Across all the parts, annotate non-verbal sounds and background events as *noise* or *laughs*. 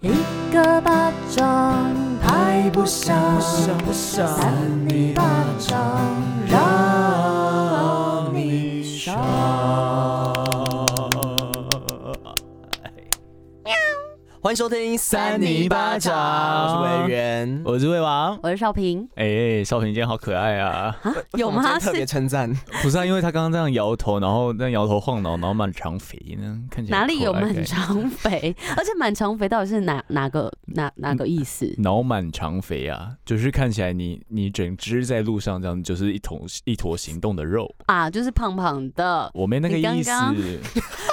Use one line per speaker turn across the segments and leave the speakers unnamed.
一个巴掌拍不响，
不想
扇你巴掌让你爽。
欢迎收听《
三泥巴掌
我是伟人。
我是魏王。
我是少平，
哎、少平今天好可爱啊！
有吗？
特别
是
称赞，
不是啊，因为他刚刚这样摇头，然后那摇头晃脑，然后满肠肥呢，看起来
哪里有
可爱
满？肠肥？ *laughs* 而且满肠肥到底是哪哪个哪哪个意思？
脑满肠肥啊，就是看起来你你整只在路上这样，就是一坨一坨行动的肉。
啊，就是胖胖的。
我没那个
你刚
意思，
刚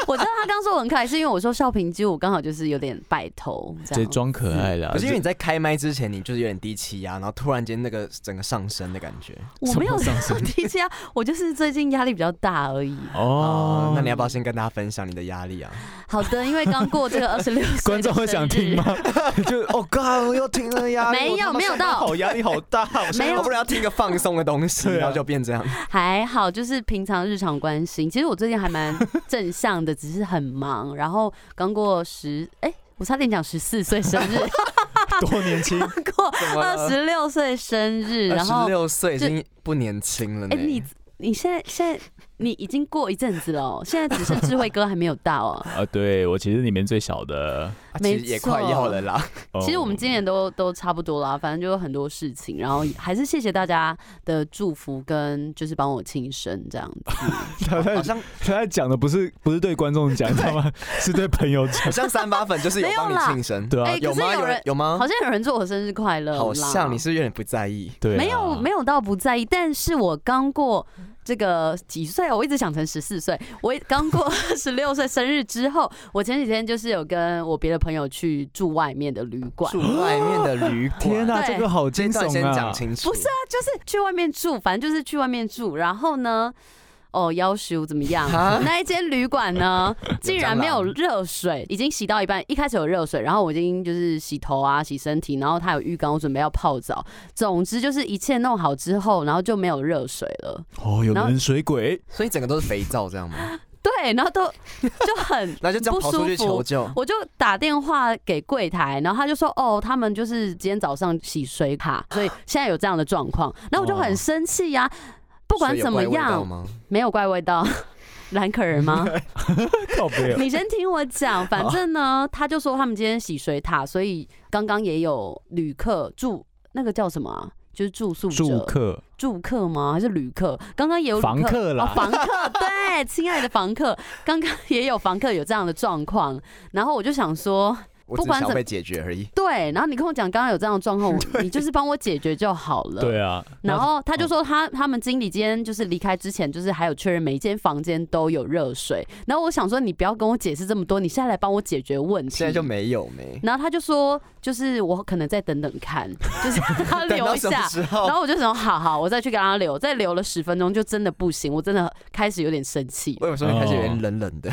我知道他刚说我很可爱，是因为我说少平之我刚好就是有点拜头这
这
样。
装可爱啦。
可是因为你在开麦之前，你就是有点低气压，然后突然间那个整个上升的感觉。
我没有
什么上升
低气压，我就是最近压力比较大而已。
哦
哦，，那你要不要先跟大家分享你的压力啊？ *laughs*
好的，因为刚过这个二十六岁的
观众会想听吗
生日？？
*laughs* 就哦，God，我又听了
*laughs*
呀，
没有
哎我他妈
没有
上班
到
好压力好 *laughs* 大，我现在
没有
我不然要听个放松的东西，
对啊
然后就变这样。
还好，就是平常日常关心。其实我最近还蛮正向的，只是很忙。然后刚过十，哎、我差点讲十四岁生
*laughs*
日，
多年轻，
过
怎么
二
了
十六岁生日，然
二
后
十六岁已
就
经不年轻了呢。
哎、你你现在现在你已经过一阵子了哦、 *laughs* 现在只剩智慧哥还没有到哦、
啊，对我其实里面最小的。
啊其实
没
也快要了
*laughs*
啦。
哦
其实我们今年都都差不多啦，反正就有很多事情，然后还是谢谢大家的祝福跟就是帮我庆生这样子。
他在
好像
他在讲的不是不是对观众讲，知道吗？是对朋友讲
好。像三八粉就是有帮
*laughs* 没
你
有啦
庆生，
对啊
哎可
有
是
吗？
有
有
人
人有吗
好？像有人祝我生日快乐啦，
啊好像你是不是有点不在意。
对啊，
没有没有到不在意，但是我刚过这个几岁啊，我一直想成十四岁。我也刚过 *laughs* 二十六岁生日之后，我前几天就是有跟我别的朋友去住外面的旅馆，
住外面的旅馆，
天哪，
对
这个好
这
惊
一段先
悚
讲
啊！
清楚。
不是啊，就是去外面住，反正就是去外面住。然后呢，哦，要求怎么样？
啊
那一间旅馆
*laughs*
呢，竟然没有
蟑螂
热水，已经洗到一半。一开始有热水，然后我已经就是洗头啊、洗身体，然后它有浴缸，我准备要泡澡。总之就是一切弄好之后，然后就没有热水了。
哦，有
然后
冷水鬼，
所以整个都是肥皂这样吗？
对，然
*laughs*
后都就很
那就这样
不
跑
舒
出去求
服。
救。
我就打电话给柜台，然后他就说：“哦，他们就是今天早上洗水卡，所以现在有这样的状况。”然后我就很生气呀、不
哦
管
所以有
怎么
怪味道
样，
吗？
没有怪味
*laughs*
道。兰可人吗？
靠背啊。
你先听我讲，反正呢，他就说他们今天洗水塔，所以刚刚也有旅客住那个叫什么、啊，就是 *laughs* 住宿者
住客
住客吗？还是旅客？刚刚也有旅
房客啦
哦，房
*laughs*
客对，亲爱的房客，刚刚也有房客有这样的状况，然后我就想说，
我
不
只
管
想
怎
被解决而已。
对，然后你跟我讲刚刚有这样的状况，
*laughs*
我你就是帮我解决就好了。
对啊，
然后他
嗯
就说他他们经理今天就是离开之前，就是还有确认每一间房间都有热水。然后我想说你不要跟我解释这么多，你现在来帮我解决问题。
现在就没有没，
然后他就说就是我可能再等等看，就是 *laughs* 让他
等
留
到
一
什么
下。
时
然
候？
后我就想，好好，我再去跟他留，再留了十分钟，就真的不行，我真的开始有点生气。
我有时候开始有
嗯
点冷冷的，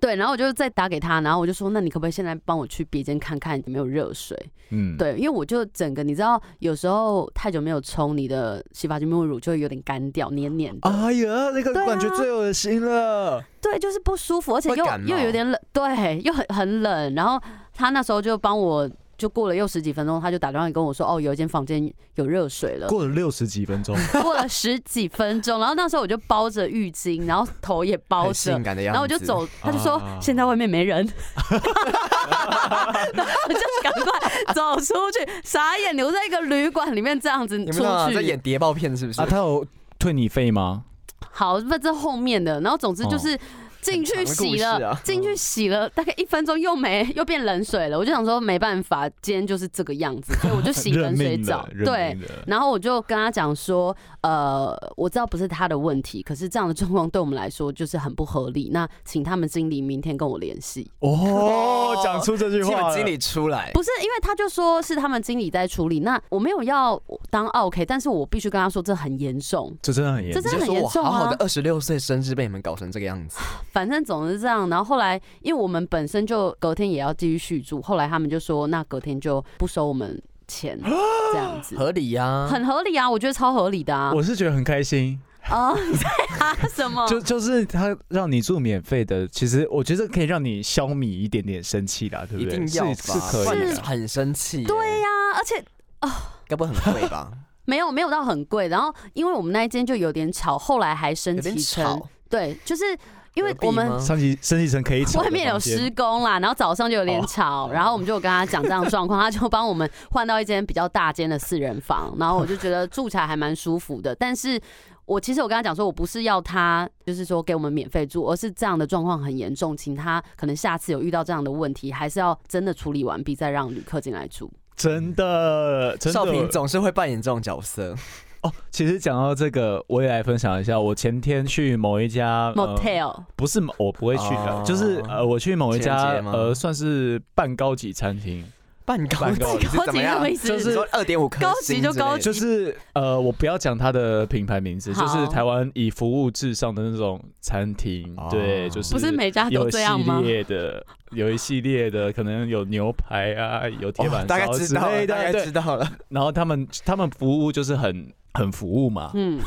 对，然后我就再打给他，然后我就说，那你可不可以现在帮我去别间看看有没有热水？
嗯，
对，因为我就整个，你知道，有时候太久没有冲，你的洗发精沐浴乳就会有点干掉，黏黏的。
哎呀，那个
对啊
感觉最恶心了。
对，就是不舒服，而且
会
又
感
又
冒
有点冷，对，又很很冷。然后他那时候就帮我，就过了又十几分钟，他就打电话跟我说，哦，有一间房间有热水了。
过了六十几分 *laughs* 钟，
过了十几分钟，然后那时候我就包着浴巾，然后头也包
很性
着。
感的样
然
子。
后我就，走，他就说
啊
现在外面没人， *laughs* 然后我就赶快走出去，傻眼，留在一个旅馆里面这样子
你
嗯出
们啊俩在演
去。
谍报片是不是
啊，？他有退你费吗？
好，那这后面的，然后总之就是进
哦
去洗
很长的故事
了
*laughs* 啊，
进去洗了大概一分钟又没又变冷水了，我就想说没办法，今天就是这个样
*laughs*
子，所以我就洗冷水澡，对，
认命的
然后我就跟他讲说，呃，我知道不是他的问题，可是这样的状况对我们来说就是很不合理。那请他们经理明天跟我联系。
哦，讲出这句
基
话
本
了，
经理出来，
不是，因为他就说是他们经理在处理，那我没有要当 OK，但是我必须跟他说这很严重。
这真的很严
这
重
真。的
就说
很严
我
重
好好
啊
的！二十六岁生日被你们搞成这个样子，
反正总是这样。然后后来，因为我们本身就隔天也要继续续住，后来他们就说，那隔天就不收我们钱，这样子
合理呀。
很合理啊，我觉得超合理的啊。
我是觉得很开心，
哦， *laughs* 你在哈什么？
就就是他让你住免费的，其实我觉得可以让你消弭一点点生气啦，对
一
不对？
定要吧，
是是可
不
以
然
是
的。
很生气耶。
对呀、而且
该不会很贵
*laughs*
吧？
没有没有到很贵，然后因为我们那一间就有点吵，后来还升
有点
级成
吵，
对，就是因为
隔壁
我们
吗
升级升级成可以吵的
*laughs* 外面有
房间
施工
*laughs*
啦，然后早上就有点
哦
吵，然后我们就有跟他讲这样的状况，他就帮我们换到一间比较大间的四人房，然后我就觉得住起来还蛮舒服的。但是我其实我跟他讲说，我不是要他就是说给我们免费住，而是这样的状况很严重，请他可能下次有遇到这样的问题，还是要真的处理完毕再让旅客进来住。
真的真的
少平总是会扮演这种角色，
哦。其实讲到这个，我也来分享一下，我前天去某一家呃
Motel
不是某我不会去的，
哦
就是呃，我去某一
情
家
人节吗
呃，算是半高级餐厅，
半高
半高
级
级
是
高
怎
级
么
什
样
么？意思？
就是
说二点五颗
高级
星
就
之
高
类的
级
就是呃，我不要讲它的品牌名字，
好
就是台湾以服务至上的那种餐厅，
哦
对，就是
不是每家
有
都
一
这样
系
吗？
列的，有一系列的，可能有牛排啊，有铁
哦
板
大概
烧
知
之
道了，
类
大概
的，
知
对。
道
*laughs*
了，
然后他们他们服务就是很很服务嘛，
嗯，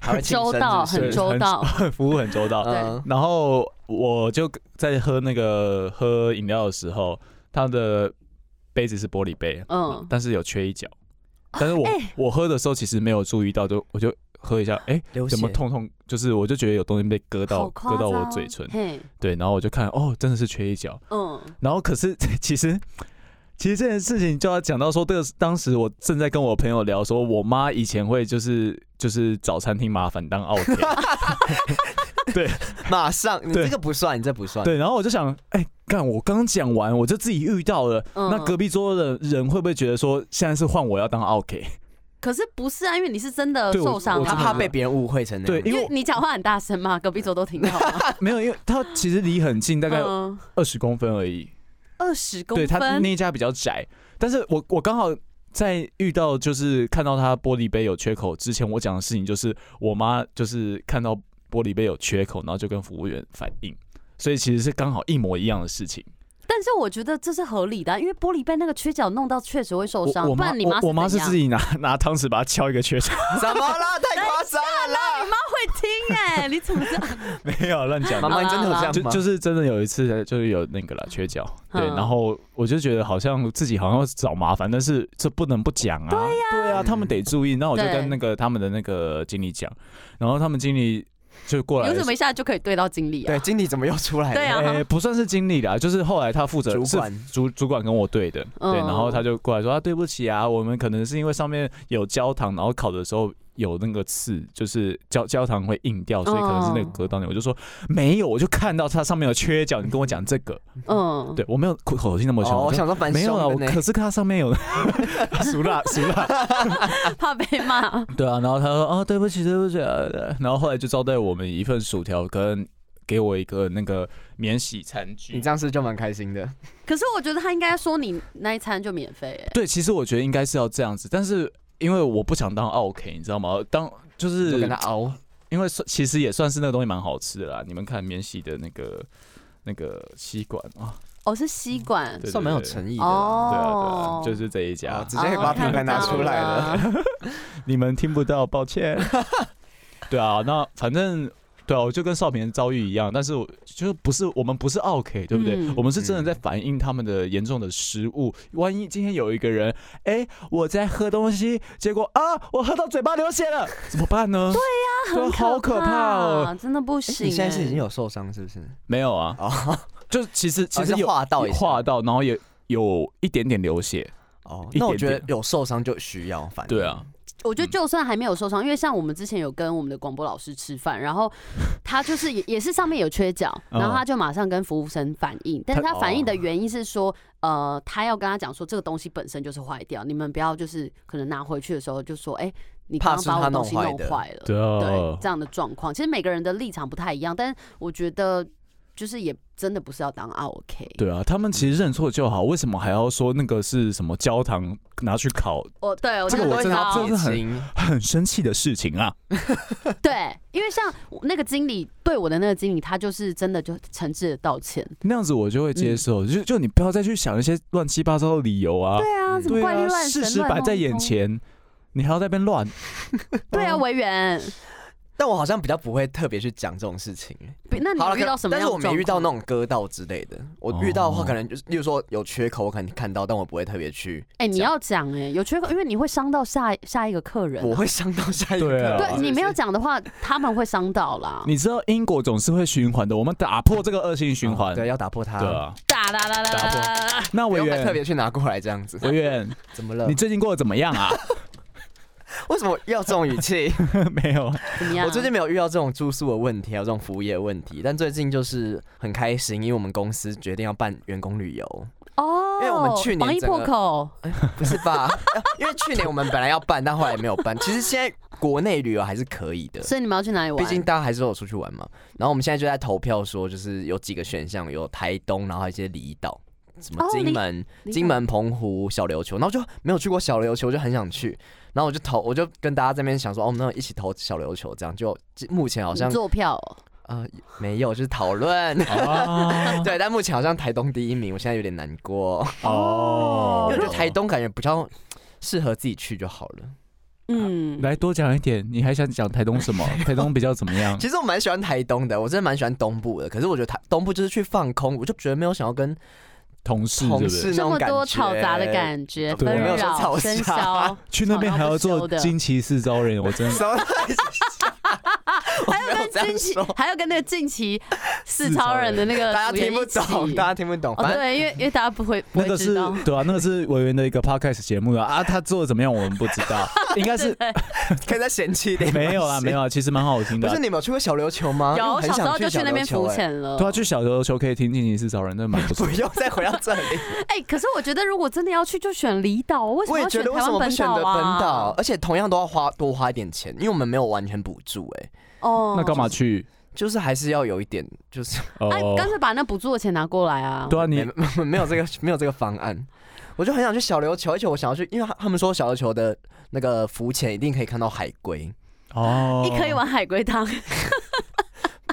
还会庆
周
生
到，
是不
很
是
周
周到。
服务很周到。
对
嗯
然后我就在喝那个喝饮料的时候，他的杯子是玻璃杯，
嗯
但是有缺一角。但是我、
哎
我喝的时候其实没有注意到，就我就喝一下，哎、
流血
怎么痛痛？就是我就觉得有东西被割
好
*laughs* 到，
夸
割到我
张啊
嘴唇。
嘿，
对，然后我就看，哦，真的是缺一角。
嗯，
然后可是 *laughs* 其实。其实这件事情就要讲到说，这个当时我正在跟我朋友聊，说我妈以前会就是就是找餐厅麻烦当奥
*laughs*
田，
*laughs* 马上，你
对
这个不算，你这不算，
对，然后我就想，哎、干，我刚讲完，我就自己遇到了，
嗯
那隔壁桌的人会不会觉得说，现在是换我要当 OK？
可是不是啊，因为你是真的
对我
受伤、啊，
我
他怕被别人误会成那
对
样。
因
因
为
为你讲话很大声嘛，隔壁桌都听到嘛。
*laughs* 没有，因为他其实离很 *laughs* 近，大概
嗯，
二十公分而已。
二十公
对他
分，
那一家比较窄，但是我我刚好在遇到就是看到他玻璃杯有缺口之前，我讲的事情就是我妈就是看到玻璃杯有缺口，然后就跟服务员反映，所以其实是刚好一模一样的事情。
但是我觉得这是合理的啊、因为玻璃杯那个缺角弄到确实会受
我
伤，
我
不
妈
然你
我我妈是
是
自
己
己拿拿汤匙把它敲一个缺口，
怎么了？太夸张了啦！
会听
*laughs*
哎、你怎么知道？
没有乱讲的
妈。妈，你真的有这样
就
吗？
就是真的有一次，就是有那个了缺角，对，
嗯
然后我就觉得好像自己好像找麻烦，但是这不能不讲啊，对呀、对啊，他们得注意。那我就
对
跟那个他们的那个经理讲，然后他们经理就过来
你为，什么一下就可以对到经理啊
对，？经理怎么又出来了？
对啊
哎、不算是经理啦，就是后来他负责
主
是
管
主主管跟我对的，
嗯
对，然后他就过来说啊，对不起啊，我们可能是因为上面有焦糖，然后烤的时候有那个刺，就是焦焦糖会硬掉，所以可能是
哦
那个隔到你。我就说没有，我就看到它上面有缺角，你跟我讲这个，
嗯，
对我没有口口气那么凶，
哦，我
就
想说蛮
没有啊，
凶
我
的呢
可是看它上面
*laughs*
有熟辣熟辣，
*laughs* 怕被骂。
对啊，然后他说啊、对不起对不起、啊，对然后后来就招待我们一份薯条跟。给我一个那个免洗餐具，
你这样是就蛮开心 *laughs* 的。
可是我觉得他应该说你那一餐就免费哎、
对，其实我觉得应该是要这样子，但是因为我不想当 OK，你知道吗？当就
就是跟他熬，
因为算其实也算是那个东西蛮好吃的啦。你们看免洗的那个那个吸管啊，
哦，是吸管
对对
算蛮有
嗯对
诚意的啦。
哦，
对啊对啊，就是这一家，
哦直接可以把品牌拿出来
哦
了。
看到
你们听不到，抱歉。 *laughs* 对啊，那反正对啊，我就跟少平的遭遇一样，但是我就是不是我们不是 OK，对不对？
嗯
我们是真的在反映他们的严重的失误。万一今天有一个人，哎、我在喝东西，结果啊，我喝到嘴巴流血了，怎么办呢？ *laughs* 对
很
好可怕哦。，
*laughs* 真的不
诶
行、
你现在是已经
有
有受伤是不是？
没有啊，
哦
就其实其实
哦是
有
划到一下
划到，然后也有一点点流血。
哦，
一
那我
点
觉得
点
有受伤就需要反应。
对啊，
我
嗯
觉得就算还没有受伤，因为像我们之前有跟我们的广播老师吃饭，然
*laughs*
后他就是也也是上面有缺角，
嗯
然后他就马上跟服务生反映，但是
他哦
他反映的原因是说，呃，他要跟他讲说这个东西本身就是坏掉，你们不要就是可能拿回去的时候就说，哎、你刚刚
怕是
把我
他
的东西
弄坏
弄
的
坏了，
对啊
对这样的状况，其实每个人的立场不太一样，但是我觉得就是也真的不是要当 OK，
对啊，他们其实认错就好，为什么还要说那个是什么焦糖拿去烤
我对我
这个我
知
真的
啊
道
这个很
行
很生气的事情啊。
对，因为像我那个经理对我的那个经理，他就是真的就诚挚的道歉。
那样子我就会接受，就就你不要再去想一些乱七八糟的理由啊，
对啊，
嗯
怎么怪力
啊，
乱神
事实摆在眼。前，你还要在那边乱，
嗯
乱弄一通对啊，
哦
维园，
但我好像比较不会特别去讲这种事情。
比那你
好了，
遇到什么
但
样
是
的
我
状
没
况？
遇到那种割到之类的。我遇到的话，
哦
可能就是，例如说有缺口，我可能看到，但我不会特别去，
哎、你要讲哎、有缺口，因为你会伤到下下一个客人
我
啊。
会伤到下一个。
对啊
对你没
哦
有讲的话，他们会伤到啦。
你知道因果总是会循环的，我们打破这个恶性循环。
对，要打破它。
对，啊，
哒哒哒哒哒哒哒。
那
不
委
用再
员
特别呃去拿过来这样子。
委员，
*laughs* 怎么了
你？最近过得怎么样啊？ *laughs*
为什么要这种语 *laughs* 气？
没有，
怎么样？
我最近没有遇到这种住宿的问题，还有这种服务业的问题，但最近就是很开心，因为我们公司决定要办员工旅游。
哦，
因为我们去年
防疫
整个
破口，
不是吧？ *laughs* 因为去年我们本来要办，但后来没有办。其实现在国内旅游还是可以的，
所以你们要去哪里玩？
毕竟大家还是有出去玩嘛。然后我们现在就在投票，说就是有几个选项，有台东，然后还有一些离岛，什么
哦
金
离
门、
离岛
金门、澎湖、小琉球。然后就没有去过小琉球，就很想去。然后我就投，我就跟大家这边想说，哦，那一起投小琉球，这样就目前好
你
像
坐票哦
呃没有，就是讨
*laughs*
论。
哦
对，但目前好像台东第一名，我现在有点难过，因
哦
为我觉得台东感觉比较适合自己去就好了。
嗯，
来多讲一点，你还想讲台东什么？台东比较怎么样？
其实我蛮喜欢台东的，我真的蛮喜欢东部的。可是我觉得台东部就是去放空，我就觉得没有想要
*laughs*
跟
同事对
同
不对？
事那
这
种
么
感
多
觉，
吵杂的感觉，
对
纷
我没有
说
扰、
吵
喧
架
嚣，
去那边还要
吵到
做
不休的
惊奇四招人，我真的
什么东西？我没有这
跟
样
近期
说，
还有跟那个近期四超人的那个
大家
组员
听不
一
*laughs*
起
懂，大家听不懂。
哦，
反正
对，因为因为大家不会不
那
会
个
知
是
道，
对啊，那个是委员的一个 podcast 节目啊
*laughs*
啊，他做的怎么样我们不知道，应该是
可以再嫌弃一点。
*laughs* 没有啦，没有。啊，其实蛮好听
*laughs*
的
不
啊
是。你们有去过小琉球吗？因为我
有
很
小时
想
候就去那边
小琉
浮
球。哎
潜了
对。啊，去小琉球可以听惊奇四招人，那蛮
*laughs*
不
*laughs*
错
不。用再回到这里。
哎，可是我觉得如果真的要去，就选离岛，为什
我
么
也
要
觉
选
得为
台
什么
湾
不
本
选择本岛
啊？？
而且同样都要花多花一点钱，因为我们没有完全补助，哎，
哦
那干嘛？去？
就是还是要有一点，就是 *laughs*
哎，
哦，
干脆把那补助的钱拿过来啊！
对啊，你
没没有这个没有这个方案，我就很想去小琉球，而且我想要去，因为他他们说小琉球的那个浮潜一定可以看到海龟， *laughs*
哦，
一可以玩海龟汤，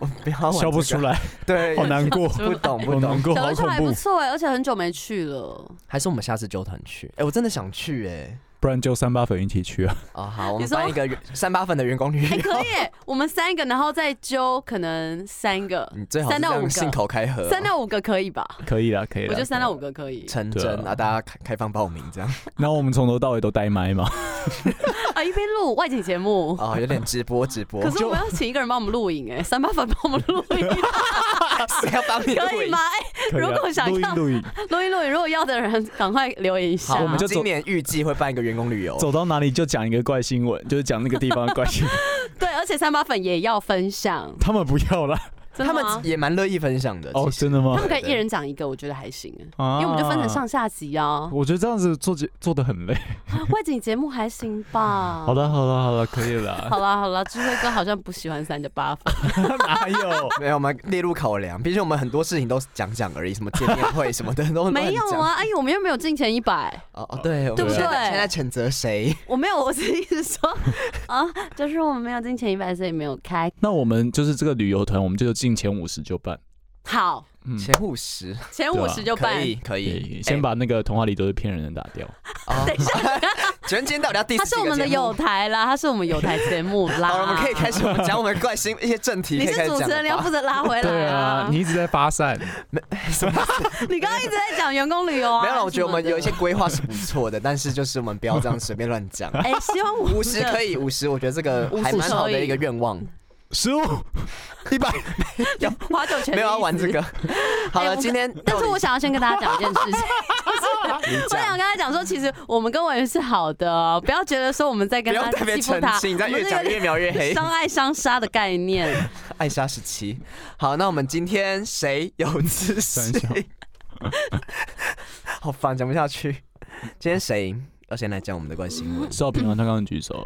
我不要玩
笑不
这
出
个，
来，
对
好，
*laughs*
难过，
不懂
好
不
难
懂，
过，
小
好
琉球
恐
还不
怖。
错哎，而且很久没去了。
还是我们下次纠团去？哎，我真的想去哎，
不然就三八粉一起去啊！
啊好，我
你
们
说
办一个员三八粉的员工旅
哎，
游，
可以耶，我们三个，然后再揪可能三个，
*laughs*
嗯
你最好是
三到
这样
五个
信口开河哦，
三到五个 *laughs* 可以吧？
可以啦，可以
我觉
啦
得。三到五个可以。
成
对啊
真啊，大家开开放报名这样
然后我们从头到尾都呆麦嘛，
啊，一边录外景
*laughs*
节目。
啊，有点直播直播，
可是我们要请一个人帮我们录影哎、
*laughs*
三八粉帮我们录影 *laughs*
谁要帮你
可
录
以
影
吗？？哎
可以
*laughs* 如果
啊，
想
录音
要 *laughs*
录音，
录音录影，如果要的人赶快留言一下。
好，我们就
走
今年预计会办一个员工旅游，
走到哪里就讲一个怪新闻，就是讲那个地方的怪
*laughs*
新闻。
对，而且三八粉也要分享，
他们不
*laughs*
要啦。
真
他
的
们
吗？
也蛮乐意分享的
哦，
其实
真的吗
他？们可以一
对
人讲一个，我觉得还行哎、
啊
哦
因为我们就分成上。下集
*laughs*
啊，
我觉得这样子做节做的 *laughs* 很累。
外景节目还行吧。
好，的，好的，好的，可以了。
好啦好啦，智慧哥好像不喜欢三加
*laughs*
八分，
*laughs* 哪有？
没有，我们列入考量。毕竟我们很多事情都是讲讲而已，什么见面会什么的都
没有。
都很讲
啊，哎，我们又没有进前一百，
哦哦，对，我们
对不
现在
对
现在谴责谁？
我没有，我是一直说啊，就是我们没有进前一百，所以没有开。
*laughs* 那我们就是这个旅游团，我们就进前五十就办。
好，
嗯，
前五十
前
对
五
啊
十就办
可以可以
对，先
哎
把那个童话里都是骗人的打掉。 *laughs*
哦全今天到底要第
他是我们的友台啦，他是我们友台节目啦。
好了，我们可以开始我们讲我们怪新一些正题。
你
可以开
是
始
主
讲
持人，
了
你要
吧啊
负责拉回来啊
啊一直在发散。
你刚刚一直在讲员工旅游啊。
没有了，我觉得我们有一些
什么
规划是不错的，但是就是我们不要这样随便乱讲。啊
*laughs* 的，哎，希望我
*laughs* 五
*laughs*
十可
以。
以，五十，我觉得这个
50
还蛮好的一个
可以
愿
*laughs*
望。
*laughs* 十五，
一百
花九全
没有啊要玩这。个。好
哎我
了，
们
今天
*laughs* 但是我想要先跟大家讲一件
*laughs*
事情，
你
我想
讲
跟大家讲说，其实我们跟委员是好的哦，不要觉得说我们在
不
跟
用
他
特别
欺负
澄
他，
清，你在
我们
越
是
讲
有
越描越黑
点。相爱相杀的概念。
*laughs* 艾莎时期。好，那我们今天谁有姿势
三小？
*laughs* 好烦，讲不下去。今天谁要先来讲我们的关
*laughs*
新闻？
少平啊，他刚刚举 *laughs* 手。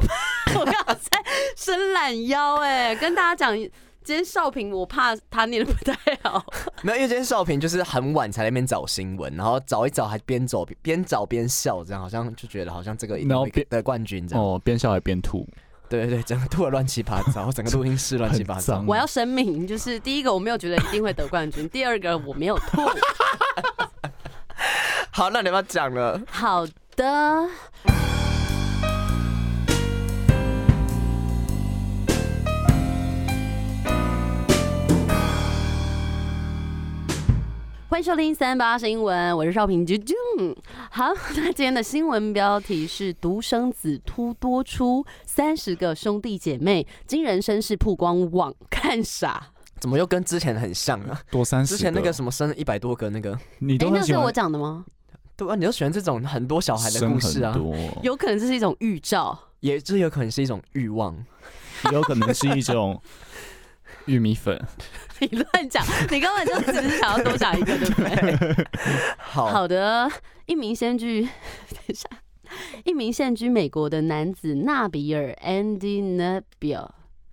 我刚刚在伸懒腰，哎，跟大家讲，今天少平我怕他念的不太好。
没有，因为今天少平就是很晚才在那边找新闻，然后找一找还边走边找边笑，这样好像就觉得好像这个一定
然后
会
边
得冠军这样。
哦，边笑还边吐。
*laughs* 对对对，整个吐的乱七八
*laughs*
糟，整个录音室乱七八糟
很脏。
我要声明，就是第一个我没有觉得一定会得冠军，第二个我没有吐。
好，那你们要讲了。
好的。欢迎收听三八是英文，我是少平啾啾。好，那今天的新闻标题是“独生子突多出三十个兄弟姐妹，惊人身世曝光网看傻
怎么又跟之前很像啊？
多三十。
之前那个什么生一百多个那个，”
你
诶。
都
那
很喜
是我
欢
讲的吗？
对啊，你就喜欢这种很多小孩的
生
故事啊
很， *laughs* 多，
有可能这是一种预兆。 *laughs*
也这有可能是一种欲望。
有可能是一种 *laughs* 玉米粉。
你乱讲，你根本就只是想要多讲一个，对不
*laughs*
对？
好，
好的，一名先居， *laughs* 等一下，一名现居美国的男子纳比尔 （Andy Nabia）。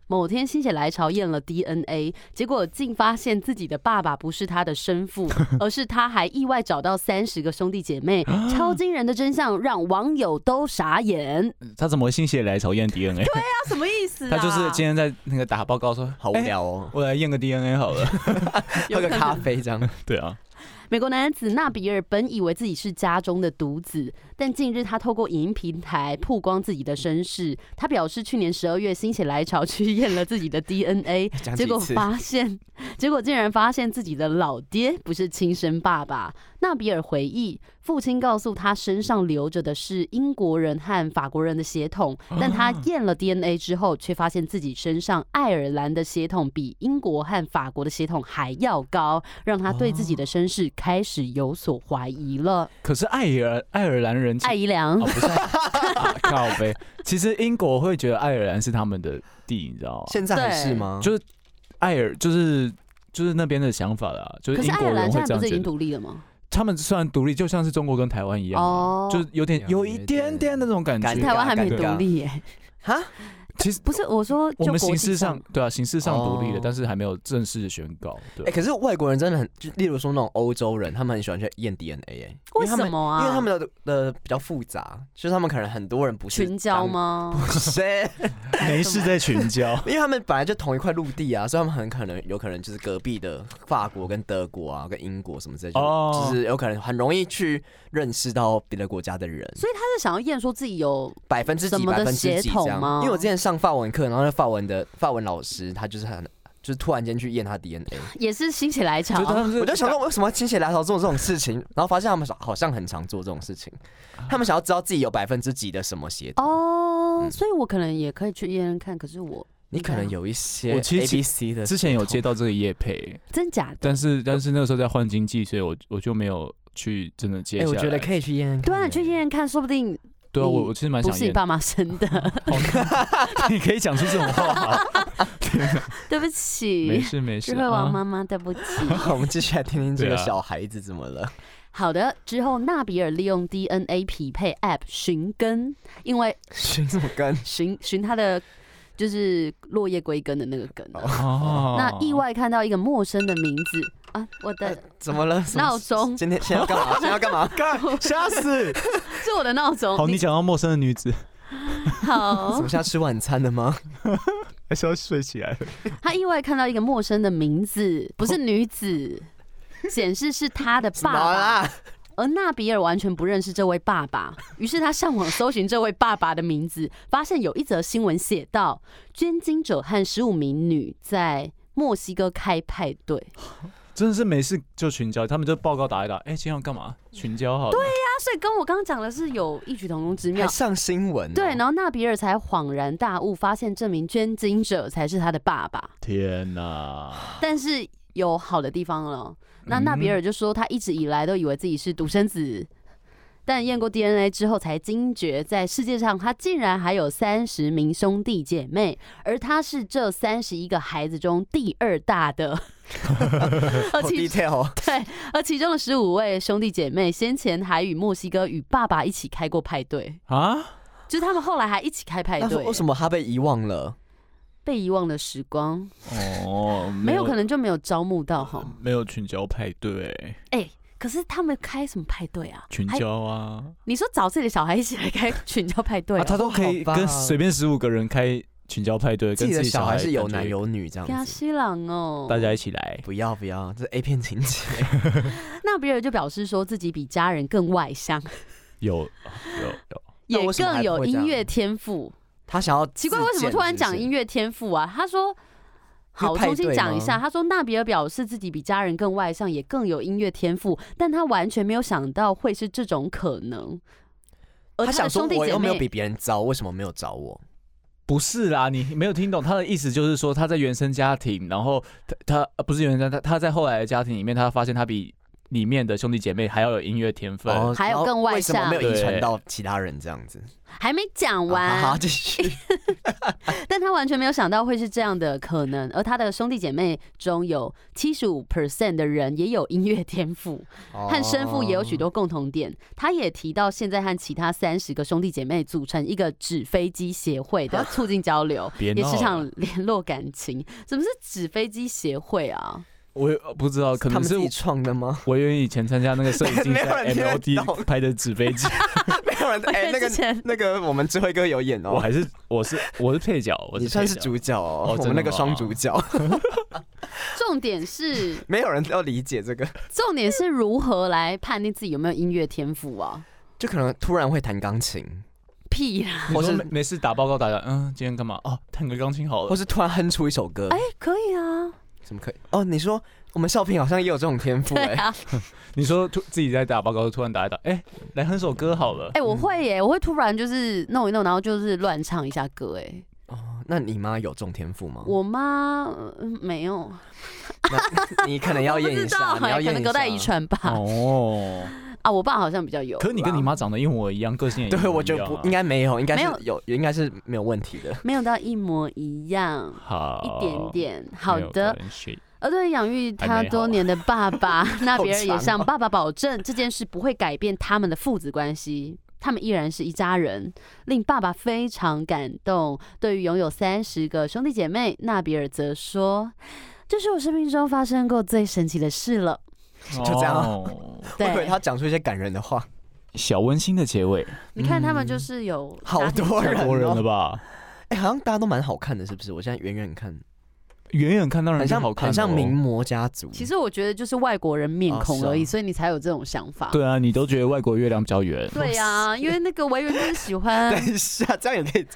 某天心血来潮验了 DNA，结果竟发现自己的爸爸不是他的生
*laughs*
父，而是他还意外找到三十个兄弟姐
*gasps*
妹，超惊人的真相让网友都傻眼。
他怎么会心血来潮验 DNA？
那什么意思啊
他就是今天在那个打报告说，
好无
哎
聊哦，
我来验个 DNA 好 *laughs* 了。
哎喝个咖啡
*laughs*
这样。
对啊，
美国男子纳比尔本以为自己是家中的独子，但近日他透过影音平台曝光自己的身世。他表示，去年十二月心血来潮去验了自己的 DNA，
讲
结
几
果
次？
发现， *laughs* 结果竟然发现自己的老爹不是亲生爸爸。纳比尔回忆，父亲告诉他身上流着的是英国人和法国人的血统，
啊
但他验了 DNA 之后，却发现自己身上爱尔兰的血统比英国和法国的血统还要高，让他对自己
哦
的身世开始有所怀疑了。
可是爱尔爱尔兰人其
艾姨良
哦，不是
*laughs*
啊靠呗。其实英国会觉得爱尔兰是他们的地，你知道吗？
现在还是吗？
就爱尔就是就是那边的想法啦，就是
可是
英
爱
国
尔兰
人
现
会
在
这
不
样
是已
觉
经
得。
独立了吗？
他们虽然独立，就像是中国跟台湾一样啊，
哦，
就是有点有一点点那种感
尴尬
觉。
台湾还没独
尴尬
立耶、
*laughs*
哈，
其实
不是我说，
我
就
们
国际
形式上对啊，形式上独立了
哦，
但是还没有正式宣告。对啊
哎，，可是外国人真的很，就例如说那种欧洲人，他们很喜欢去验 DNA，哎，因
为
他
什
们？
么啊？
因为他们的的比较复杂，就是他们可能很多人不是
群交？吗？
*laughs* 谁？
哎
*laughs* 没事在
*laughs*
群交。
因为他们本来就同一块陆地啊，所以他们很可能有可能就是隔壁的法国跟德国啊，跟英国什么之类，就
哦
就是有可能很容易去认识到别的国家的人，
所以他是想要验说自己有
百分之
什
几、
么的
百分之
血
几
统
这样
吗。
因为我之前上法文课，然后那法文的法文老师他就是很。就是突然间去验他 DNA，
*laughs* 也是心血来
就他
潮，
们是
我就想到为什么清血来潮做这种事情，然后发现他们好像很常做这种事情，他们想要知道自己有百分之几的什么血统，
哦，
嗯
所以我可能也可以去验验看，可是我
你可能有一些
我其
A
实
B C 的
之前有接到这个业配，
真假的，
但是但是那个时候在换经济，所以我我就没有去真的
哎、
接下来。
我觉得可以去验验看，
对啊，你去验验看，说不定
对啊，
你
我我其实蛮
不
想
是你
验。
爸妈生的，
*laughs* 你可以讲出这种话吗？
对不
没
起，
事没事。
智慧王
啊
妈妈，对不起。
*laughs* 好，我们继续来听听这
对
个
啊
小孩子怎么了。
好的，之后纳比尔利用 DNA 匹配 App 寻根，因为
寻 *laughs* 什么根？
寻寻他的就是落叶归根的那个根啊、
哦，
那意外看到一个陌生的名字啊，我的
怎么了？什么
*laughs* 闹钟
今天现在要干
*laughs*
嘛？现在要干嘛？
吓死！
是我的闹
哦
钟。
好，你讲到陌生的女子， *laughs*
好
怎么，现在吃晚餐了吗？
还是要睡起来了。
他意外看到一个陌生的名字，不是女 *laughs* 子，显示是他的
怎
爸
么
爸。
啦？
而纳比尔完全不认识这位爸爸，于是他上网搜寻这位爸爸的名字，发现有一则新闻写道：捐精者和十五名女在墨西哥开派对。啊，
真的是没事就群交，他们就报告打一打。哎，今天要干嘛？群交好了。对，
所以跟我刚刚讲的是有异曲同工之
还
妙。
上新闻哦？
对，然后纳比尔才恍然大悟，发现这名捐精者才是他的爸爸。
天哪！
但是有好的地方了。那
嗯
纳比尔就说，他一直以来都以为自己是独生子，但验过 DNA 之后才惊觉，在世界上他竟然还有三十名兄弟姐妹，而他是这三十一个孩子中第二大的。
*laughs*
而
好
其
detail 哦。
对，而其中的十五位兄弟姐妹先前还与墨西哥与爸爸一起开过派对，
啊，
就是他们后来还一起开派
那
对。
为什么他被遗忘了？
被遗忘的时光，
哦，
没有可能就没有招募到哈。
嗯
没有群交派对，
哎、可是他们开什么派对啊？
群
还
交啊。
你说找自己的小孩一起来开群交派对、
啊，他
啊？
都可以
好吧
跟随便十五个人开群交派对，
自
跟
己的
小
小孩是有
感觉
男有女这样
亚
子。
啊西朗哦，
大家一起来。
不要不要，这是 A 片情节。 *laughs*
纳比尔就表示说自己比家人更外向，
有有有，
也
那为什么
更
还
有
不会这
音
样
乐天赋。
他想要
奇怪，为什么突然讲音
乐？
乐天赋啊？他说好，我
派
重新
对
讲
吗
一下。他说，纳比尔表示自己比家人更外向，也更有音乐天赋，但他完全没有想到会是这种可能。
他
而呃他
想
的
说
兄弟
我
姐
又没有
妹
比别人糟，为什么没有找我？
不是啦，你没有听懂他的意思，就是说他在原生家庭，然后他他呃不是原生家庭，他他在后来的家庭里面，他发现他比里面的兄弟姐妹还要有音乐天分。
哦
还
然
有
后
更外
为什么没有
向
遗传
对
到其他人这样子？
还没讲
好
完，
好，好继
*laughs*
续。
但他完全没有想到会是这样的可能。而他的兄弟姐妹中有七十五 percent 的人也有音乐天赋，
哦
和生父也有许多共同点。他也提到，现在和其他三十个兄弟姐妹组成一个纸飞机协会
*laughs*
的促进交流，
别
也
闹
时常
了，
联络感情。什么是纸飞机协会啊？
我也呃不知道，可
他
能
们
是
自己创的吗？
我以前参加那个摄影 *laughs* 竞
没有
赛
人听得
MLD
懂
拍的纸 *laughs* 飞机，
*laughs* 没有人
*laughs*
哎，那
之
个
前
那个我们智慧哥有演
我
哦，
还是我是我是配角，我
你算是
配角
主角哦
哦，
我
真
们
的
那个
吗
双主角， *laughs*
重点是，
没有人要理解这个，
重点是如何来判定自己有没有音乐天赋啊？
就可能突然会弹钢琴，
屁啦！
你
或
说
是
没没事打报告，大家嗯，今天干嘛？哦，弹个钢琴好
或
了。
是突然哼出一首歌，
哎、可以啊，
怎么可以？哦，你说我们少平好像也有这种天赋
对
哎，
啊，
你说突自己在打报告，突然打一打，哎，来哼首歌好了
哎、。我会耶，我会突然就是弄一弄，然后就是乱唱一下歌。
嗯
哎，
哦，那你妈有这种天赋吗？
我妈、嗯没有，
那你可能要
我不
验
知
一
道
下，你
哎，
要
可
验
能
一
隔代遗
下。
传吧。
哦，
啊，我爸好像比较有。
可是你跟你妈长得一模一样，个性也一模一
对，
样啊
我觉得不应该没有，应该
没
是
有
有，应该是没有问题的。
没有到一模一样，
好
一点。点。好
哦没有
的，
关系
*laughs*
而哦对于养育他
还没好啊
多年的爸爸，那别人也
好长
向
哦
爸爸保证这件事不会改变他们的父子关系。他们依然是一家人，令爸爸非常感动。对于拥有三十个兄弟姐妹，纳比尔则说：“这是我生命中发生过最神奇的事
*laughs*
了。
就
这样啊
哦
我 *laughs* 以为
对，
他讲出一些感人的话，
小温馨的结尾，
你看他们就是有
嗯好
家庭
多人
太多人了
哦。
吧？
哎，好像大家都蛮好看的，是不是？我现在远远看，
远远看当然
很像
好看哦，
很像名模家族。
其实我觉得就是外国人面
啊
孔
是啊
而已，所以你才有这种想法。
对啊，你都觉得外国月亮比
*laughs*
较圆，
对呀、因为那个维园就是喜欢
等一下，这样也可以。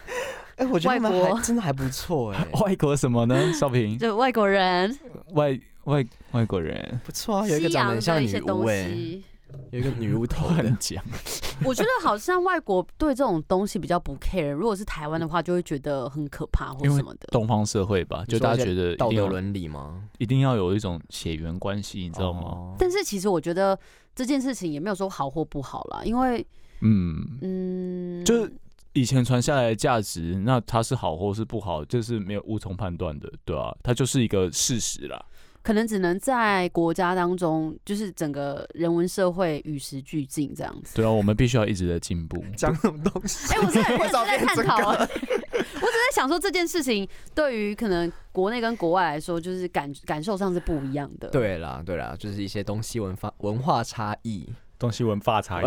哎，我觉得他
外
们
国
还真的还不错， *laughs* 哎，
外国什么呢？少平，
就外国人
外外外国人
不错啊，有一个
西
长
洋
得
的
很像女
一些
巫，
东
哎，
西。
有一个女巫头的
乱讲，
*laughs* 我觉得好像外国对这种东西比较不 care，如果是台湾的话，就会觉得很可怕或
因为
什么的。
东方社会吧，就大家觉得一
道
定
德
要
伦理吗？哦
一定要有一种血缘关系，你
你
知道吗？？
但是其实我觉得这件事情也没有说好或不好啦，因为
嗯，
嗯，
就是以前传下来的价值，那它是好或是不好，就是没有无从判断的，对啊，它就是一个事实啦。
可能只能在国家当中，就是整个人文社会与时俱进这样子。
对啊，我们必须要一直在
*laughs*
进步。
讲什么东西？
*laughs* 哎、我是很认真在探讨、
为什么变成这个
啊， *laughs* 我只在想说这件事情对于可能国内跟国外来说，就是感感受上是不一样的。
对啦，对啦，就是一些东西文化文化差异，
东西文发 *laughs* 财，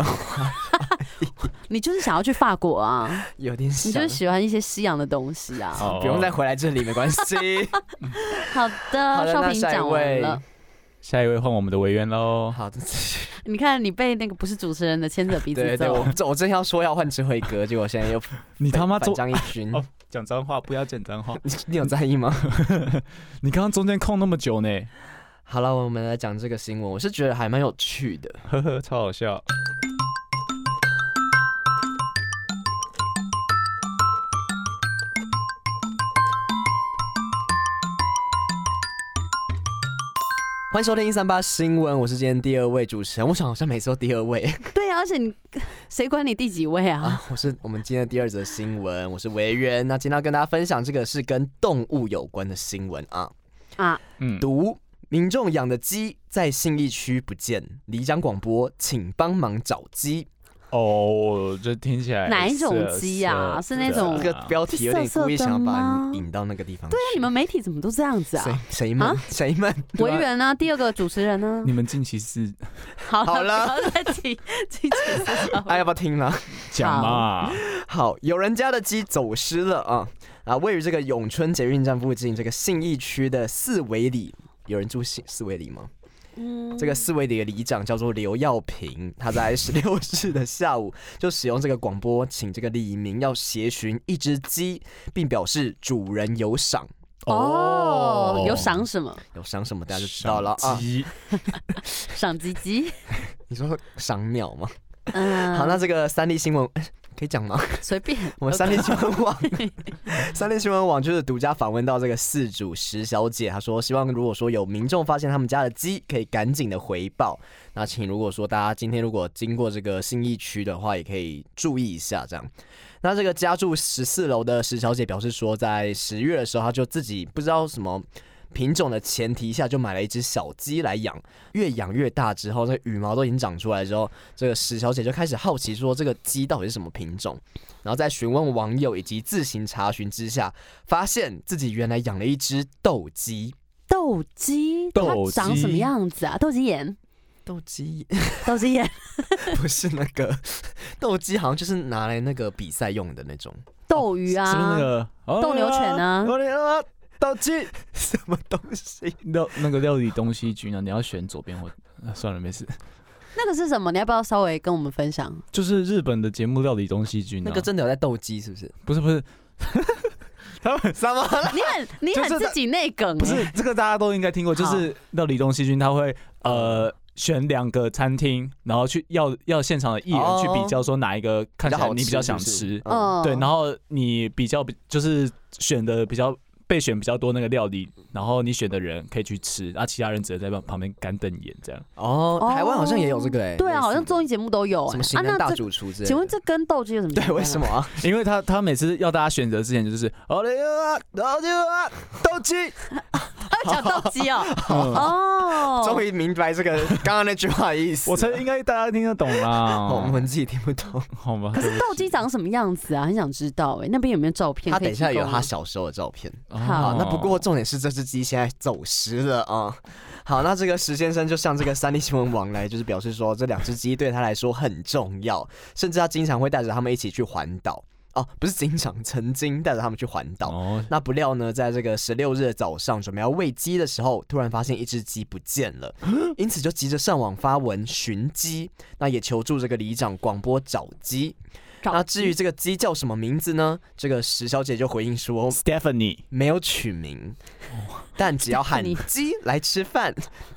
你就是想要去法国啊，
*laughs* 有点
你就
像
是。喜欢一些西洋的东西啊。
好
不用再回来这里，没关
*laughs*
系。
好
好
的，
的
少
那
平
下一
讲
位
完了。
下一位换我们的委员喽。
好的，
你看，你被那个不是主持人的牵着鼻
对
子
对，
走
我。我正要说要换智慧哥，结果现在又
你他妈
反
中
张一 *laughs* 军，
哦讲脏话，不要讲脏话。
你你有在意吗？
*laughs* 你刚刚中间空那么久呢，
好了，我们来讲这个新闻，我是觉得还蛮有趣的。
呵呵，超好笑。
欢迎收听一三八新闻，我是今天第二位主持人，我想好像每次都第二
*laughs*
位
对啊，而且你谁管你第几位啊？
啊，我是我们今天的第二则新闻，我是维园。那今天要跟大家分享这个是跟动物有关的新闻啊，
啊，
嗯，
毒民众养的鸡在信义区不见，里长广播，请帮忙找鸡。
哦，这听起来
哪一种鸡啊
色
是那
色
种
这
的
个标题有点故意想要把你引到那个地方去。对啊
那哎你们媒体怎么都这样子啊？
谁谁们
啊
谁们？
维园呢？第二个主持人呢
*laughs* 你？们近期是
好
好了
不要再提提这件事了
哎，要不要听了？
讲嘛？
好，有人家的鸡走失了啊！啊，位于这个永春捷运站附近这个信义区的四维里，有人住信四维里吗？
嗯
这个四维里的里长叫做刘耀平，他在十六日的下午就使用这个广播，请这个李明要协寻一只鸡，并表示主人有赏。
哦，有赏什么？
有赏什么大家就知道了啊。
鸡
赏鸡鸡。
你说赏鸟吗？
嗯，
好，那这个三立新闻 *laughs* 哎可以讲吗？
随便。
我们三立新闻网，三立新闻网就是独家访问到这个饲主石小姐，她说希望如果说有民众发现他们家的鸡，可以赶紧的回报。那请如果说大家今天如果经过这个信义区的话，也可以注意一下这样。那这个家住十四楼的石小姐表示说，在十月的时候，她就自己不知道什么。品种的前提下，就买了一只小鸡来养，越养越大之后，这个羽毛都已经长出来之后，这个石小姐就开始好奇说，这个鸡到底是什么品种？然后在询问网友以及自行查询之下，发现自己原来养了一只斗鸡。
斗鸡，它
斗鸡
长什么样子啊？斗鸡眼，
斗鸡
斗鸡眼，
*laughs* 不是那个 *laughs* 斗鸡，好像就是拿来那个比赛用的那种。
斗鱼
是不是那
啊，
个哦
斗牛犬啊
哦
斗牛啊，斗鸡
*laughs* 什么东西？
料那个料理东西局呢？你要选左边或、 *laughs* 啊算了，没事。
那个是什么？你要不要稍微跟我们分享？
就是日本的节目《料理东西君、啊》
那个真的有在斗鸡是不是？
不
*laughs*
是不是 *laughs*
什么？
你很你
就是
很
它
自己内梗欸，
不是，这个大家都应该听过，就是《料理东西君》，他会呃选两个餐厅，然后去要要现场的艺人去比较，说哪一个看
比较
起来
好
你比较想
是不哦是
吃，
嗯，
对，然后你比较就是选的比较被选比较多那个料理，然后你选的人可以去吃，啊，其他人只能在旁旁边干瞪眼这样。
哦，台湾好像也有这个哎、
对啊，好像
做
综艺节目都有
什
哎
么新
啊，
人
那
大
这
主厨之类的。
请问这跟斗鸡有什么？
*laughs* 对为什么？啊？
*laughs* 因为他他每次要大家选择之前就是哦嘞啊，斗鸡啊，斗鸡，
要 *laughs* 讲斗
*laughs*
鸡哦，
嗯
哦，
终于明白这个刚刚那句话的意思。
我猜应该大家听得懂 *laughs* 啦，
哦我们自己听不懂。
好 *laughs* 吧？
可是斗鸡长什么样子啊？很想知道哎、那边有没有照片？
他等一下有他
小
小时候的照片。
好
哦
好，啊那不过重点是这只鸡现在走失了啊。好，那这个石先生就向这个三立新闻网来，就是表示说，这两只鸡对他来说很重要，甚至他经常会带着他们一起去环岛。哦，不是经常，曾经带着他们去环岛。
哦，
那不料呢，在这个十六日的早上，准备要喂鸡的时候，突然发现一只鸡不见 *gasps* 了，因此就急着上网发文寻鸡，那也求助这个里长广播找鸡。那至于这个鸡叫什么名字呢？这个石小姐就回应说
Stephanie，
没有取名，但只要喊
你
鸡来吃饭，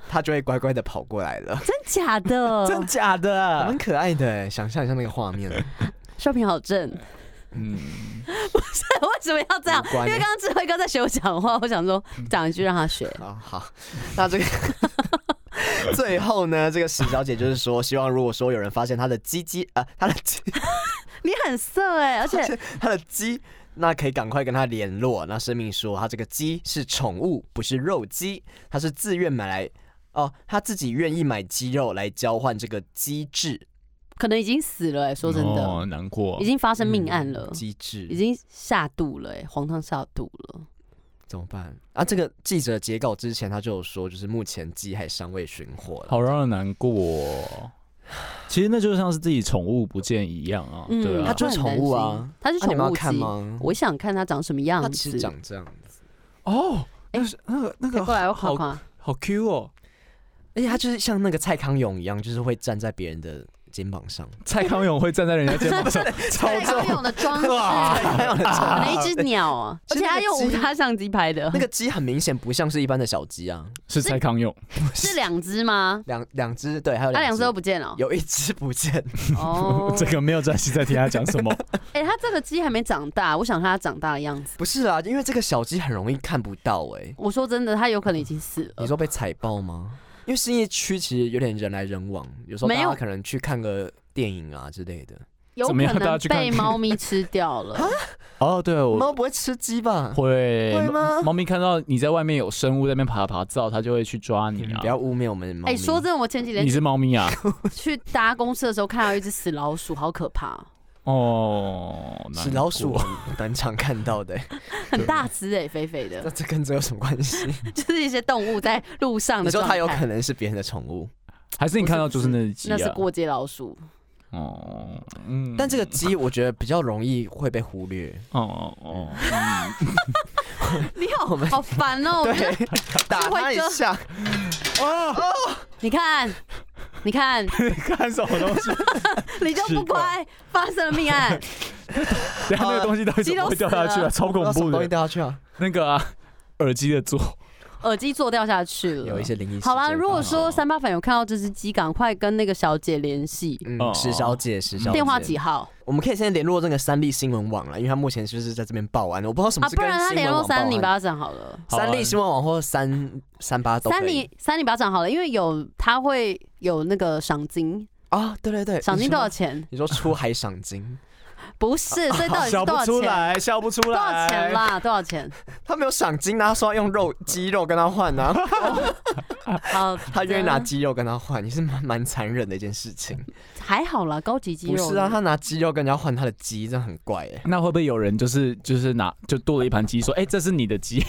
它就会乖乖的跑过来 *laughs* 了，
真
*laughs*
假的，
真假的？
蛮可爱的哎，想象一下那个画面，
少平好正， *laughs*
嗯，
为什么要这样
无？关
啊因为刚刚智慧哥在学我讲话，我想说
嗯
讲一句让他学。
好啊好，那 *laughs* 这个最后呢，这个史小姐就是说，希望如果说有人发现她的鸡鸡啊，她的鸡，
你很色哎、而且
她的鸡。那可以赶快跟她联络。那声明说，她这个鸡是宠物，不是肉鸡，她是自愿买来哦，她自己愿意买鸡肉来交换这个鸡质，
可能已经死了哎、说真的，
哦难过
已。经发生命案了，
嗯鸡质
已经下肚了哎、黄汤下肚了。
怎么办啊？这个记者截稿之前，他就有说，就是目前鸡还尚未寻获了。
好让人难过、哦。其实那就像是自己宠物不见一样啊，
嗯
对
它
啊。
就是宠物啊，
他是
那、你
宠
们要
物
看
鸡。
吗？
我想看它长什么样
它其
子
实。长这样子，
哦，那是那个那
哎
个
过来我看
好
看，
好 Q 哦，
而且它哎就是像那个蔡康永一样，就是会站在别人的肩膀上。
啊
蔡康永会站在人家肩膀
*laughs*
上，超
对，
重
它。用的
*laughs*
装饰，
哇
可
还有人
能一只鸟啊，而
*laughs* 其实
且
那个
它用无
鸡
他相机拍的
那。个鸡很明显不像是一般的小鸡啊，
是蔡康永，，
*laughs* 是两
*laughs*
只吗？
两两只对，还有
它两只
只
都不见了。
有一只不见， *laughs*
哦
这个没有专心在听他讲什么。
哎，它这个鸡还没长大，我想它长大的样子。
不是啦，因为这个小鸡很容易看不到哎、
我说真的，它有可能已经死
你
了。
说被踩爆吗？因为新一区其实有点人来人往，有时候
没
大
有
家可能去看个电影啊之类的。
有可
怎么样大
能
家去看
被猫咪吃
*laughs*
掉了。
*laughs*
哎
哦，对，我
猫不会吃鸡吧？
会
会吗
猫咪看到你在外面有生物在那边爬爬照，它就会去抓你
嗯
啊
不。要污蔑我们猫咪。
哎，说真的，我前几天
你是猫
*laughs*
咪啊？
去搭公司的时候看到一只死老鼠，好可怕，
*laughs*
哦，难
死老鼠
过
很蛮常看到
*laughs*
的、欸
很大只哎，肥肥
*laughs* 那
的，
这跟这有什么关
*laughs*
系？
就是一些动物在路上
你
的
说
状
它
态。
有可能是别人的宠物，
还是你看到就是那只鸡
那
啊？
是过街老鼠，
哦，嗯
但这个鸡我觉得比较容易会被忽
*laughs*
略。
哦哦，
你好好烦
*laughs*
哦！我觉得
对，打它一下，
你看，你看，
*laughs* 看什么东 *laughs* 西？
*laughs* 你就不乖，发生了命案，
等一下那个东西到底怎么会掉下去啊？超恐
不知道什
怖
么东西
的。
掉下去啊！
那个啊，耳机的座，
*laughs* 耳机做掉下去了。
有一些灵异事件。嗯
好啦，如果说三八粉有看到这只鸡，赶快跟那个小姐联系，
嗯，
哦
石小姐，石小姐，
电话啊几号
我们可以先联络这个三立新闻网了，因为他目前就是在这边报案，我不知道什么
啊？
是
不
跟
然他
新
联
闻
络
网报
三
案
里。巴掌好了，
啊
三立新闻网或三三八都可以
三里三里巴掌好了，因为有他会有那个赏金，
啊，对对对，
赏金
你
多
说
少？钱？
你说出海赏金，*laughs*
不是，所以到底是
笑
多
不
少
出
钱？
来，笑不出
多少
来，
钱啦？多少钱？
他没有赏金啊，他说要用肉鸡肉跟他换啊，
好，
*laughs* 他愿意拿鸡肉跟他换，也是蛮蛮残忍的一件事情。
还好啦，高级肌
不
肉
是啊，他拿鸡肉跟人家换他的鸡，这样很怪哎、
那会不会有人就是就是拿就多了一盘鸡，说哎、这是你的鸡，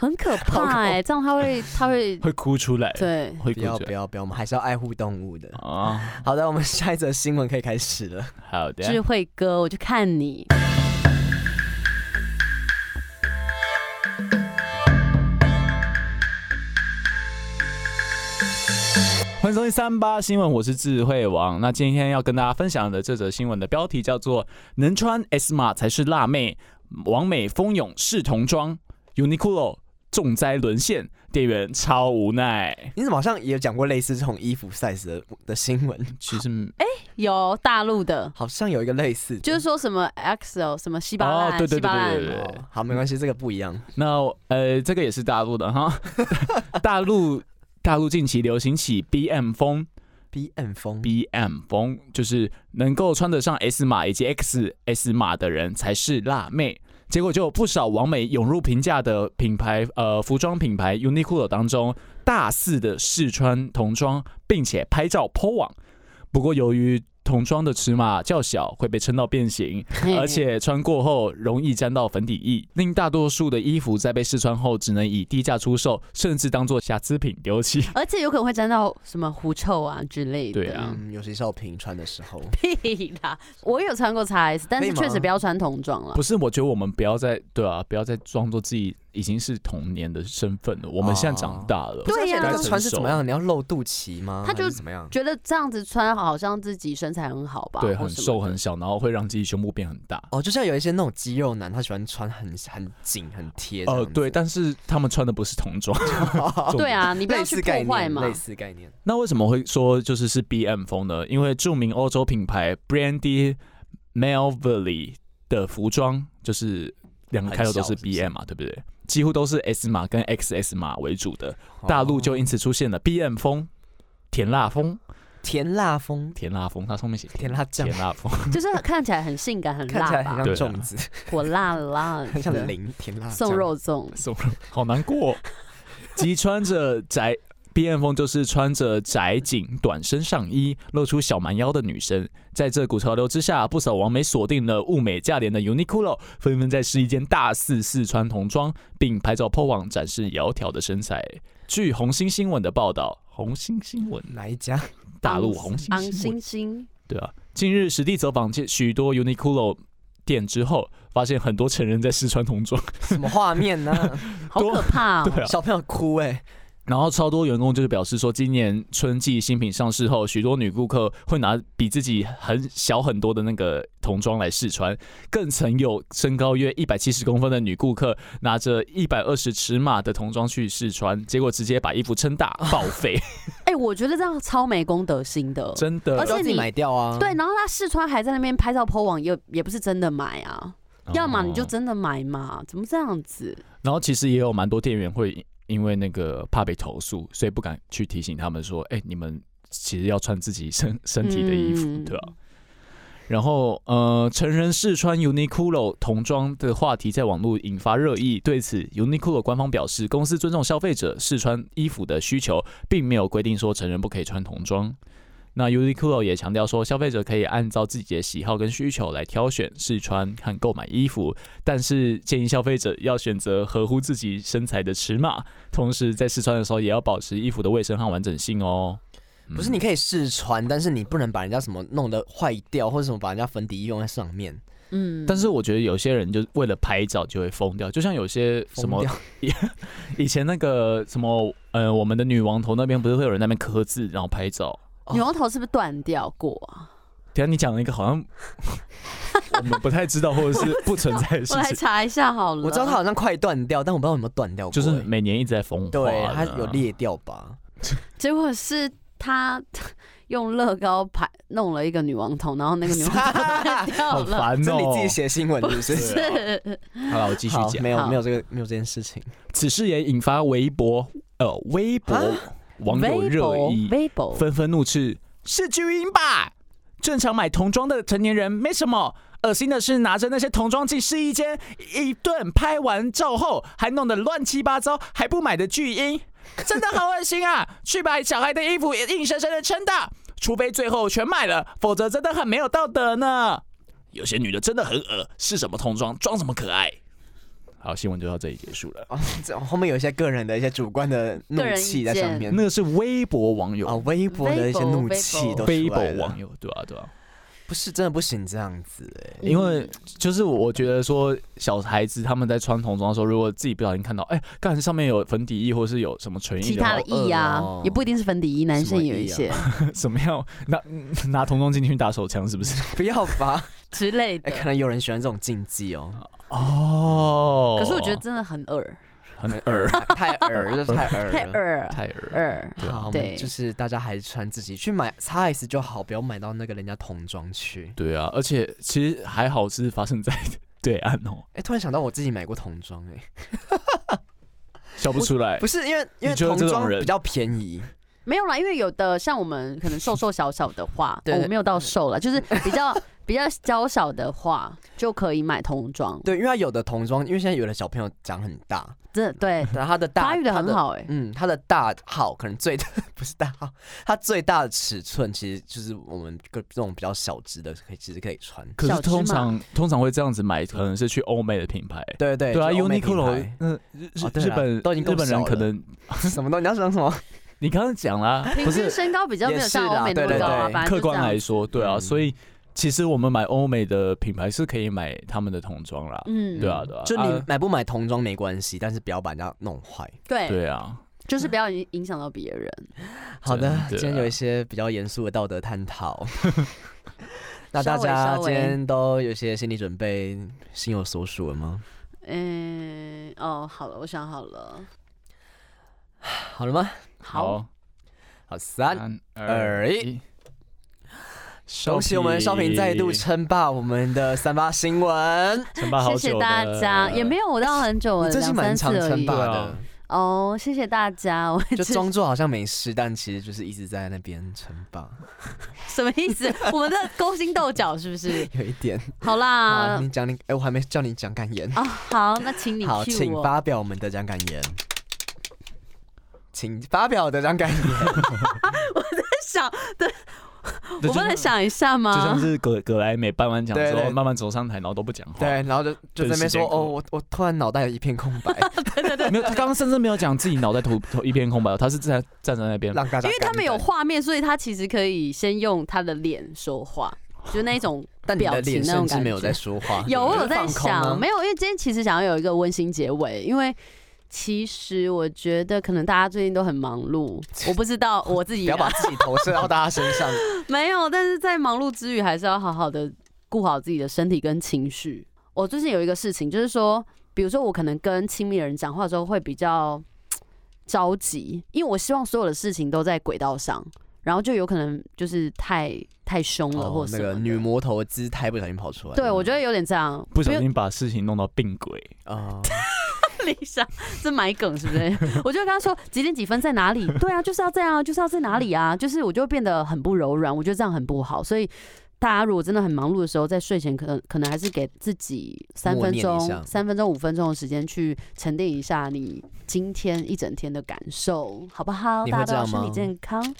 很可怕哎、这样他会
*laughs*
他会
会哭出来，
对
会
不
哭
要
出
不
来
要不哦要，我们还是要爱护动物的。
啊。
好的，我们下一则新闻可以开始了。
好的，
智慧哥，我就看你。
欢迎收听三八新闻，我是智慧王。那今天要跟大家分享的这则新闻的标题叫做“能穿 S 码才是辣妹”，王美蜂拥试童装，Uniqlo 重灾沦陷，店员超无奈。
你怎么好像也有讲过类似这种衣服 size 的的新闻？ *laughs*
其实
有大陆的，
好像有一个类似的，
就是说什么 XL 什么稀巴烂，
哦对对
稀巴烂
对对对
哦好，没关系，这个不一样。
那呃，这个也是大陆的哈， *laughs* 大陆大陆近期流行起 BM 风
B N 风
，BM 风就是能够穿得上 S 码以及 XS 码的人才是辣妹。结果就有不少网美涌入平价的品牌呃服装品牌 Uniqlo 当中，大肆的试穿童装，并且拍照 po 网。不过由于童装的尺码较小，会被撑到变形，
嘿
而且穿过后容易沾到粉底液，令大多数的衣服在被试穿后只能以低价出售，甚至当做瑕疵品丢弃。
而且有可能会沾到什么狐臭啊之类的。
对啊
嗯，尤其是要平穿的时候，
屁啦！我有穿过 XS，但是
可以吗
确实不要穿童装了
不。是，我觉得我们不要再对啊，不要再装作自己已经是童年的身份了。我们现在长大了，
对呀
而且那个穿哦是怎么
该
样？你要露肚脐吗？
他就
还是怎么样？
觉得这样子穿好像自己身材很好吧？
对，
或
很
什么
瘦
的
很小，然后会让自己胸部变很大。
哦，就像有一些那种肌肉男，他喜欢穿很很紧、很贴。
呃，
*laughs*
对，，但是他们穿的不是童装。 *laughs* 重
对啊，你不要
类
去
似
破
概
坏
念，
嘛。
类似概念。
那为什么会说就是是 BM 风呢？因为著名欧洲品牌 Brandy Melville 的服装就是两个开头都
很
是
小是不是
BM 嘛，对不对？几乎都是 S 码跟 XS 码为主的，哦大陆
哦
就因此出现了 BM 风、甜辣风、
甜辣风、
甜辣风，它上面写
甜辣酱
甜，辣风，
就是看起来很性感，很
看起来
辣
很
吧？
像
对
粽
啊啊
子，
火辣辣的，
很像啊零甜辣
送
酱
肉粽。
什么好难过哦。即穿着宅 BM 风，就是穿着窄紧短身上衣，露出小蛮腰的女生。在这股潮流之下，不少网美锁定了物美价廉的 Uniqlo，纷纷在试衣间大肆试穿童装，并拍照 po 网展示窈窕的身材。据红星新闻的报道，红星新闻
哪一
*laughs*
家？
大陆
昂
红星
昂
新闻
星星，
对啊，近日实地走访这许多 Uniqlo 店之后，发现很多成人在试穿童装。
什么画面呢？
好
多
可怕哦！
*laughs* 对
*laughs*
啊，
小朋友哭哎，
然后超多员工就是表示说，今年春季新品上市后，许多女顾客会拿比自己很小很多的那个童装来试穿，更曾有身高约一百七十公分的女顾客拿着一百二十尺码的童装去试穿，结果直接把衣服撑大报
*laughs*
废，
哎，我觉得这样超没公德心的。
真
要
而
的。哦
且
自己
你
买掉
嗯
啊。
对，，然后他试穿还在那边拍照 po 网，也也不是真的买啊，
哦
要么你就真的买嘛，怎么这样子？
然后其实也有蛮多店员会因为那个怕被投诉，所以不敢去提醒他们说，哎、你们其实要穿自己身身体的衣服，
嗯
对啊吧、然后，呃，成人试穿 Uniqlo 童装的话题在网络引发热议。对此，Uniqlo 官方表示，公司尊重消费者试穿衣服的需求，并没有规定说成人不可以穿童装。那 Uniqlo 也强调说，消费者可以按照自己的喜好跟需求来挑选试穿和购买衣服，但是建议消费者要选择合乎自己身材的尺码，同时在试穿的时候也要保持衣服的卫生和完整性哦。嗯
不是你可以试穿，但是你不能把人家什么弄得坏掉，或者什么把人家粉底液用在上面，
嗯，
但是我觉得有些人就为了拍照就会疯掉，就像有些什
疯
么
掉
以前那个什么，呃，我们的女王头那边不是会有人在那边刻字然后拍照？
牛头是不是断掉过啊？
等一下你讲了一个好像我们不太知道或者是不存在的事
我来
情，
查一下好了。
我知道它好像快断掉，但我不知道有没有断掉过、
*laughs* 就是
欸
每年一直在风化的
对
啊，
它有裂掉吧？
结果是他用乐高牌弄了一个女王头，然后那个女王
*laughs*
头断掉
好
了。
烦
这
哦。
你自己写新闻是不是？
是，
好了，我 *laughs* 继续
好
讲。
没有
好
没有这个没有这件事情。
此事也引发微博呃微博
啊
网友热议，
微博，
纷纷怒斥：“是巨婴吧？正常买童装的成年人没什么。”恶心的是，拿着那些童装进试衣间，一顿拍完照后，还弄得乱七八糟，还不买的巨婴，真的好恶心啊！去把小孩的衣服硬生生的撑大，除非最后全买了，否则真的很没有道德呢。有些女的真的很恶，是什么童装装什么可爱。好，新闻就到这里结束了。
哦， *laughs* 这后面有一些个人的一些主观的怒气在上面。
那个是微博网友
啊，微博的一些怒气都
微
出
博
来了
网，友，对啊，对啊，
不是真的不行这样子哎、
*laughs* 因
嗯
为就是我觉得说，小孩子他们在穿童装的时候，如果自己不小心看到，哎、干上面有粉底液或是有什么唇
其
印的
他
话
的，意啊
好恶哦，
也不一定是粉底液，男生
啊
也有一些
*laughs* 怎么样拿 *laughs* 拿童装进去打手枪，是
*laughs*
不是？
不要吧？
之类
哎、
的。
可能有人喜欢这种竞技哦，
哦，
可是我觉得真的很耳，
*laughs* 很
*laughs*
耳，啊
太耳了， *laughs* 太耳
太
了。
耳
太耳。啊
耳。
好，我
对
们就是大家还是穿自己去买 size 就好，不要买到那个人家童装去。
对啊，而且其实还好是发生在 *laughs* 对岸哦，
哎、突然想到我自己买过童装，哎，
笑不出来
不。是因为因为
你就是
童
这种
装
人
比较便宜，
没有啦，因为有的像我们可能瘦瘦小小的话，
对
哦我没有到瘦了，就是比较比较娇小的话，就可以买童装。
对，因为它有的童装，因为现在有的小朋友长很大，
真的对，
然后他的大
发育的很，好哎、
它嗯，他的大号可能最大不是大号，他最大的尺寸其实就是我们个这种比较小只的，可以其实可以穿。
可是
小芝麻
通常通常会这样子买，可能是去欧美的品牌。
对对
对啊
就欧美品
，Uniqlo，
牌
嗯，日日
哦对
日
啦
本
都已经够
日本人
小
可
了
能，
*laughs* 什么东西？你要讲什么？
你刚刚讲啦，
平
不
均
是
身高比较没有像欧美那么
也
高
是啦对对
啊，
对
反正
客
就这
观
样
来说，对啊，
嗯
所以其实我们买欧美的品牌是可以买他们的童装啦，
嗯，
对啊对啊
就你
啊
买不买童装没关系，但是不要把人家弄坏。
对
对啊，
就是不要影影响到别人。
好的
真，的
今天有一些比较严肃的道德探讨。 *laughs* 那大
稍
家
微稍
今
微
天都有些心理准备，心有所属了吗？
嗯，哦，好了，我想好了，
好了吗？
好，，
好，三，二一，恭喜我们少平再
*laughs*
度称霸我们的三八新闻。
称霸好
谢谢
久的
大家，也没有我到很久了，
你真是
两
蛮
三
常
次而
称
已
霸。
对
的
啊，
哦，谢谢大家，我
*laughs* 就
这
装作好像没事，但其实就是一直在那边称
*laughs*
霸，
什么意思？ *laughs* 我们在勾心斗角是不是？
有一点。
好
*laughs* 啊，
啦
你，讲你，哎，我还没叫你讲感言。
啊，好，那请你
好，
cue
请
我
发表我们得奖感言。请发表得奖感
*laughs*
言。
想，
对
我不能
就像
想一下
就像
吗？
是葛葛莱美颁完奖之
对
后，
对
慢慢走上台，然后都不讲话。
对，然后就就在那边
时间
说，
过
哦，我我突然脑袋一片空
*laughs*
白，
*laughs* 没有，他刚刚甚至没有讲自己脑袋突突一片空白，他是站在站在
*laughs*
那边。
让大家。
因为他们有，画面，所以他其实可以先用他的脸说话，就那一种
哦但你
表
的
情
脸
那种
甚至
感
没
觉
有。在说话。
有，我有在
放空啊
想，没有，因为今天其实想要有一个温馨结尾，因为其实我觉得可能大家最近都很忙碌，我不知道我自
不
己
要
啊、
把自己投射到大家身
*laughs*
上。
没有，但是在忙碌之余，还是要好好的顾好自己的身体跟情绪。我最近有一个事情，就是说，比如说我可能跟亲密的人讲话的时候会比较着急，因为我希望所有的事情都在轨道上，然后就有可能就是太太凶了嗯或
哦，
什
那
么的、
个女魔头的姿态不小心跑出来了。
对，我觉得有点这样，
不
用
小心把事情弄到病鬼，
啊，
*laughs* 理想，这买梗是不是？我就跟他说几点几分在哪里？对啊，就是要这样啊，就是要在哪里啊？ *laughs* 就是我就变得很不柔软，我觉得这样很不好。所以大家如果真的很忙碌的时候，在睡前可能可能还是给自己三分
默念一下
钟、三分钟、五分钟的时间去沉淀一下你今天一整天的感受，好不好？
你会
大家都要
这样
身
吗
体健康。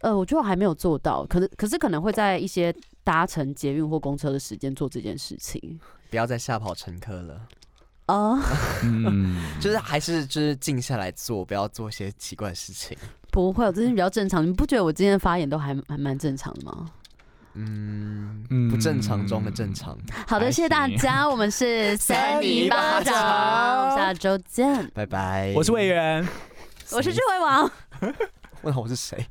呃，我觉得我还没有做到，可能可是可能会在一些搭乘捷运或公车的时间做这件事情
不要再吓跑乘客了。
哦。
*laughs* 嗯，
就是还是就是静下来做，不要做一些奇怪的事情。
不会，我最近比较正常。你不觉得我今天的发言都还还蛮正常的吗？
嗯，
嗯
不正常中的正常。
好的，
还
谢谢大
行
家，我们
*laughs*
是
三
零
零八
八九，
九
我们下周见。
拜拜。
嗯
我是魏源。
我是智慧王。
*laughs* 问好我是谁？